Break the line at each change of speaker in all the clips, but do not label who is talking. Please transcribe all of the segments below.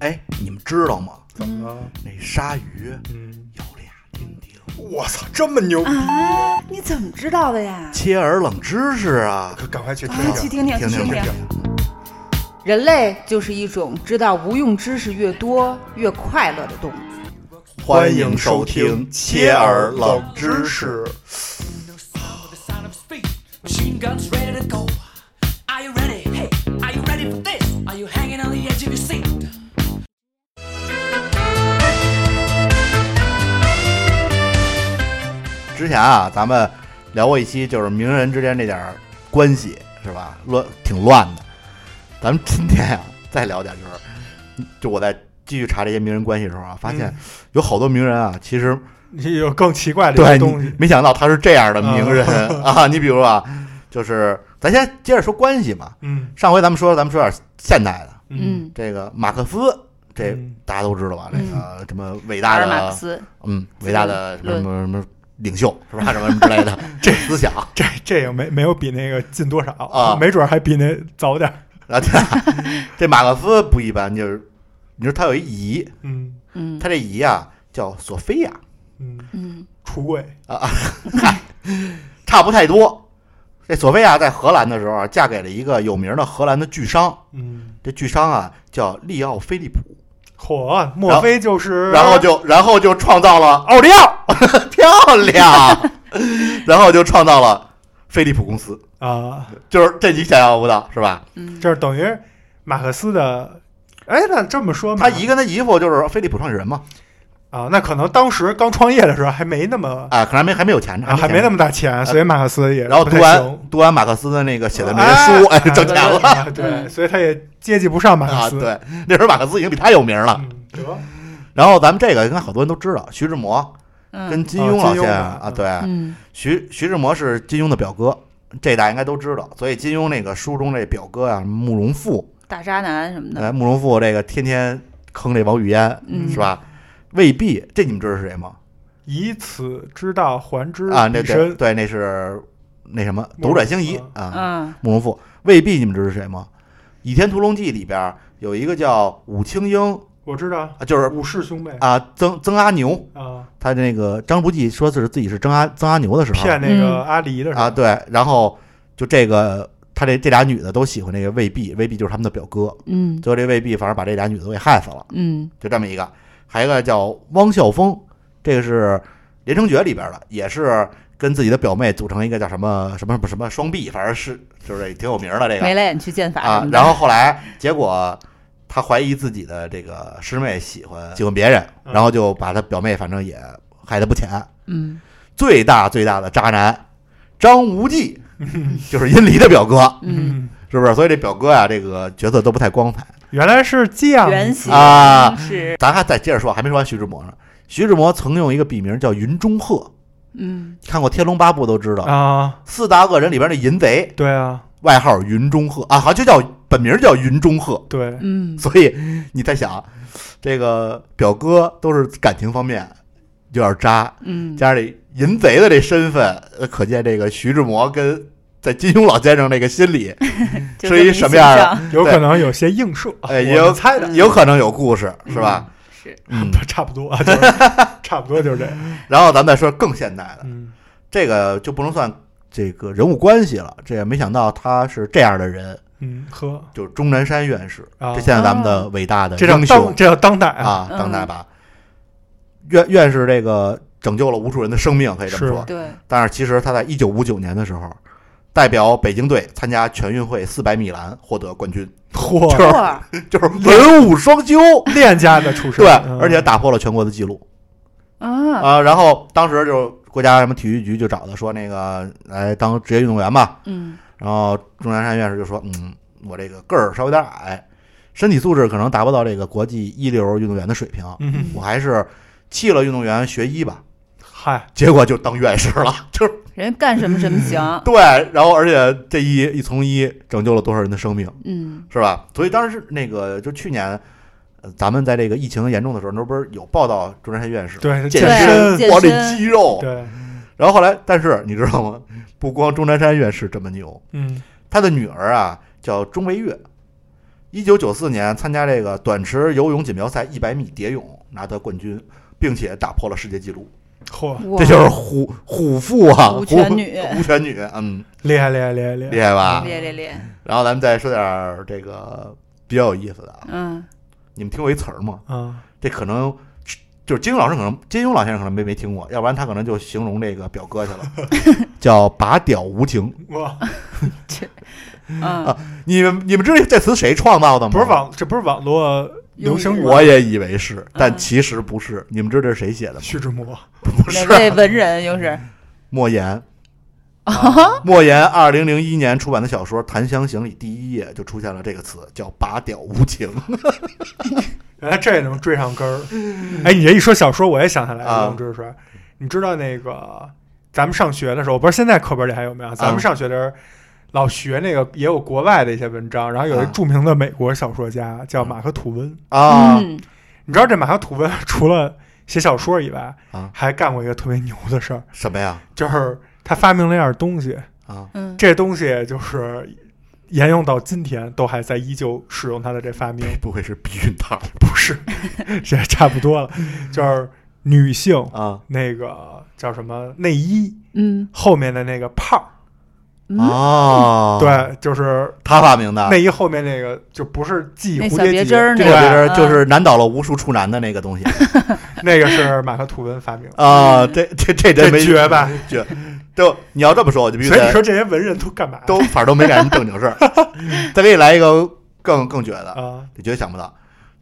哎，你们知道吗？
怎么了？
那鲨鱼
嗯，
有俩丁丁。
我操，这么牛！
啊，你怎么知道的呀？
切耳冷知识啊！
可赶快去听
啊，去
听。
听听，去
听听
听听。
人类就是一种知道无用知识越多越快乐的动物。
欢迎收听切耳冷知识。
with the sound of speed. Machine guns ready to go. Are you ready? Hey, are you ready for this? Are you hanging on the edge of your seat?
之前啊，咱们聊过一期，就是名人之间这点儿关系是吧？乱挺乱的。咱们今天啊，再聊点就是，就我在继续查这些名人关系的时候啊，发现
嗯
有好多名人啊，其实
你有更奇怪的
对
一个东
你
西，
没想到他是这样的名人啊。 你比如啊，就是咱先接着说关系嘛。
嗯
上回咱们说，咱们说点现代的，
嗯，
这个马克思，这
嗯
大家都知道吧？这个什么伟大
阿
的
尔马克思，
嗯，伟大的什么
论
什么什么领袖是吧？什么什么之 类的这思想
这这也没没有比那个近多少
啊
没准还比那早点儿。
啊， 对啊，这马克思不一般，就是你说他有一姨，
嗯
嗯
他这姨啊叫索菲亚，
嗯，
嗯，
出柜
差不太多。这索菲亚在荷兰的时候啊，嫁给了一个有名的荷兰的巨商，
嗯，
这巨商啊叫利奥菲利普，
火，莫非就是？
然后就然后就创造了奥利奥， 漂亮， 然后就创造了飞利浦公司，
啊，
就是这你想象不到是吧？
嗯
就是等于马克思的。哎，那这么说嘛，
他姨跟他姨夫就是飞利浦创始人嘛，
啊，那可能当时刚创业的时候还没那么
啊，可能还没还没有钱呢，
啊，还
没
没
钱
那么大钱，所以马克思也
然后
不
读
太
完
行
读完马克思的那个写的那些书，哎，挣钱了
啊 对，所以他也接济不上马
啊。
克思。
对，那时候马克思已经比他有名了。
嗯，得，
然后咱们这个应该好多人都知道，徐志摩跟
嗯
金庸老
哦金
先生
庸吧
啊，
嗯
对，
嗯
徐徐志摩是金庸的表哥，这大家应该都知道。所以金庸那个书中这表哥啊，慕容复，
大渣男什么的，
哎，慕容复这个天天坑这王语嫣
嗯
是吧？未必，这你们知道是谁吗？
以此之道还之
啊，那
彼
对
身。
对，那是那什么
慕
斗
容
转星移
复
啊，
嗯
慕容复，未必你们知道是谁吗？《倚天屠龙记》里边有一个叫武青英，
我知道，
啊就是
武氏兄妹
啊曾曾阿牛，
啊，
他那个张无忌说是自己是曾阿曾阿牛的时候
骗那
嗯
个阿离的时候
啊，对，然后就这个他这这俩女的都喜欢那个魏碧，魏碧就是他们的表哥，
嗯
最后这魏碧反正把这俩女的都给害死了，
嗯
就这么一个，还有一个叫汪孝峰，这个是《连城诀》里边的，也是。跟自己的表妹组成一个叫什么什么什么什么双臂，反正是就是也挺有名的这个。
没脸去剑法
啊
什么，的
然后后来结果他怀疑自己的这个师妹喜欢喜欢别人，
嗯
然后就把他表妹反正也害得不浅。
嗯
最大最大的渣男张无忌，就是殷离的表哥，
嗯，
是不是？所以这表哥啊，这个角色都不太光彩
原来是这样
原型
啊。
是
咱还再接着说，还没说完徐志摩呢。徐志摩曾用一个笔名叫云中鹤，
嗯
看过《天龙八部》都知道，
啊，
四大恶人里边的淫贼，
对啊，
外号云中鹤啊，好像就叫本名叫云中鹤。
对，
嗯
所以你在想，这个表哥都是感情方面有点渣，
嗯
加上这淫贼的这身份，呃可见这个徐志摩跟在金庸老先生那个心 里
就是
一什么样啊
嗯
的？
有可能有些映射，
哎，
我
也有
们猜的，
有可能有故事，是吧？
是
嗯，
差不多啊，就是 差不多就是这 样。
然后咱们再说更现代的，
嗯
这个就不能算这个人物关系了。这也没想到他是这样的人，
嗯，呵，
就是钟南山院士，
啊
这现在咱们的伟大的
这叫
英雄
当这叫当代啊，
啊，
嗯
当代吧。院院士这个拯救了无数人的生命，可以这么
是
说。
对
但是其实他在一九五九年的时候，代表北京队参加全运会四百米栏获得冠军，
嚯，
就是
哇
就是文武双修，
练家的出身，
对
嗯，
而且打破了全国的记录
啊
啊。然后当时就国家什么体育局就找他说那个来当职业运动员吧。
嗯
然后钟南山院士就说，嗯，我这个个儿稍微有点矮，身体素质可能达不到这个国际一流运动员的水平，
嗯，
我还是弃了运动员学医吧。
嗨，
结果就当院士了， 就是
人干什么什么 行
对，然后而且这一一从医拯救了多少人的生命，
嗯
是吧？所以当时那个就去年，呃咱们在这个疫情严重的时候，那不是有报道钟南山院士
对，
健
身
光这
健身
肌肉，
对，
然后后来，但是你知道吗？不光钟南山院士这么牛，
嗯，
他的女儿啊叫钟维月，一九九四年参加这个短池游泳锦标赛一百米蝶泳，拿得冠军，并且打破了世界纪录。
嚯，
哇
这就是虎虎父啊，
虎拳女
虎虎拳女，嗯，
厉害厉害厉害厉害！
厉害吧？
练练练，
然后咱们再说点儿这个比较有意思的，啊，
嗯，
你们听过一词儿吗？
啊，
这可能就是金庸老师，可能金庸老先生可能没没听过，要不然他可能就形容这个表哥 去了，叫拔屌无情。
我
啊
嗯，
你们你们知道这词谁创造的吗？
不是网，这不是网络流
用
行语
语吗
吗，
我也以为是，但
嗯
其实不是。你们知道这是谁写的吗？
徐志摩
不
哪
是，啊
位文人又是？
莫言。莫言二零零一年出版的小说《檀香刑》里第一页就出现了这个词，叫“拔屌无情
嗯
原来这也能追上根儿。哎，你这一说小说，我也想起来
啊
了，龙之水。你知道那个咱们上学的时候，我不知道现在课本里还有没啊有？咱们上学的时候老学那个，也有国外的一些文章。然后有一
啊
著名的美国小说家叫马克·吐温。”
啊！
嗯，
你知道这马克·吐温 除了写小说以外
啊，
还干过一个特别牛的事儿，
什么呀？
就是他发明了一样东西。
啊，
嗯，
这东西就是沿用到今天，都还在依旧使用它的这 发明，
不会是避孕套
不是， 这差不多了，
嗯
就是女性
啊
那个叫什么内衣
嗯
后面的那个泡儿，
嗯，
哦，，
对，就是
他发明的。
内衣后面那个就不是系
啊那
蝴
小
蝶
别
结
针儿，
这
那
个别
个
人就是难倒了无数处男的那个东西
那个是马克吐温发明的。
啊！这这这真
这
没
绝吧？
绝！都你要这么说，我就必须
所以你
得
说这些文人都干嘛？
都反正都没干什么正经事 儿。再给你来一个更更绝的，
啊
你绝对想不到。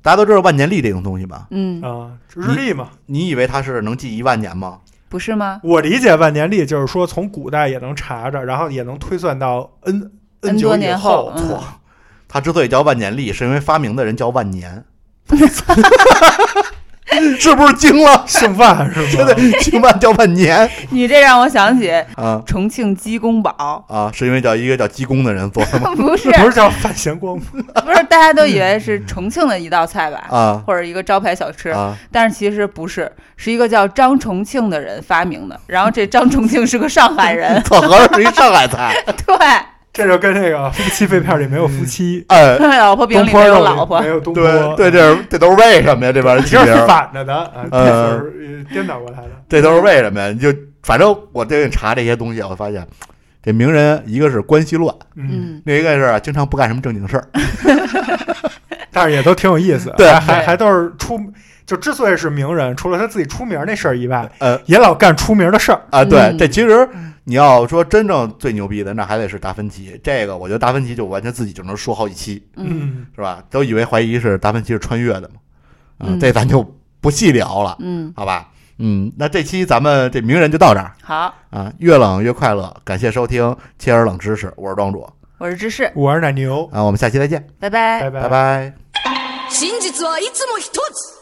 大家都知道万年历这种东西吧？
嗯，
啊，就日历嘛。
你以为它是能记一万年吗？
不是吗？
我理解万年历就是说从古代也能查着，然后也能推算到 n
N
久
多
以
年
后
后，嗯
错，它之所以叫万年历，是因为发明的人叫万年。 是不是惊了？
姓万 是
现
吗
在？姓万叫万年
你这让我想起
啊
重庆鸡 公煲，
啊！是因为叫一个叫鸡公的人做的吗？
不是
不是叫范闲光吗？
不是，大家都以为是重庆的一道菜吧，
啊
或者一个招牌小吃，
啊！，
但是其实不是，是一个叫张重庆的人发明的。然后这张重庆是个上海人
操，合着是一上海菜。
对，
这就跟那个夫妻肺片里没有夫妻，
哎，
老婆饼
东
里
坡
没
肉
有
里
老婆
没。有东坡，
对对，这是这都是为什么呀？这边的
你
区
这
别
是
儿，
反着的啊，
呃
这是颠倒过来的。
这都是为什么呀？你就反正我最近查这些东西啊，我发现这名人一个是关系乱，
嗯，
嗯，
另一个是啊经常不干什么正经事儿。
但是也都挺有意思，
对
还还
对
还都是出，就之所以是名人，除了他自己出名那事儿以外，
呃
也老干出名的事儿。
啊，对，
嗯
这其实你要说真正最牛逼的，那还得是达芬奇。这个我觉得达芬奇就完全自己就能说好几期，
嗯
是吧？都以为怀疑是达芬奇是穿越的嘛，啊
嗯
这咱就不细聊了，
嗯，
好吧？嗯，那这期咱们这名人就到这儿
好，
啊，越冷越快乐，感谢收听，切尔冷知识，我是庄主
我是芝士，
我是奶牛，
哎
啊，我们下期再见，
拜拜
拜。
拜拜
真実はいつも一つ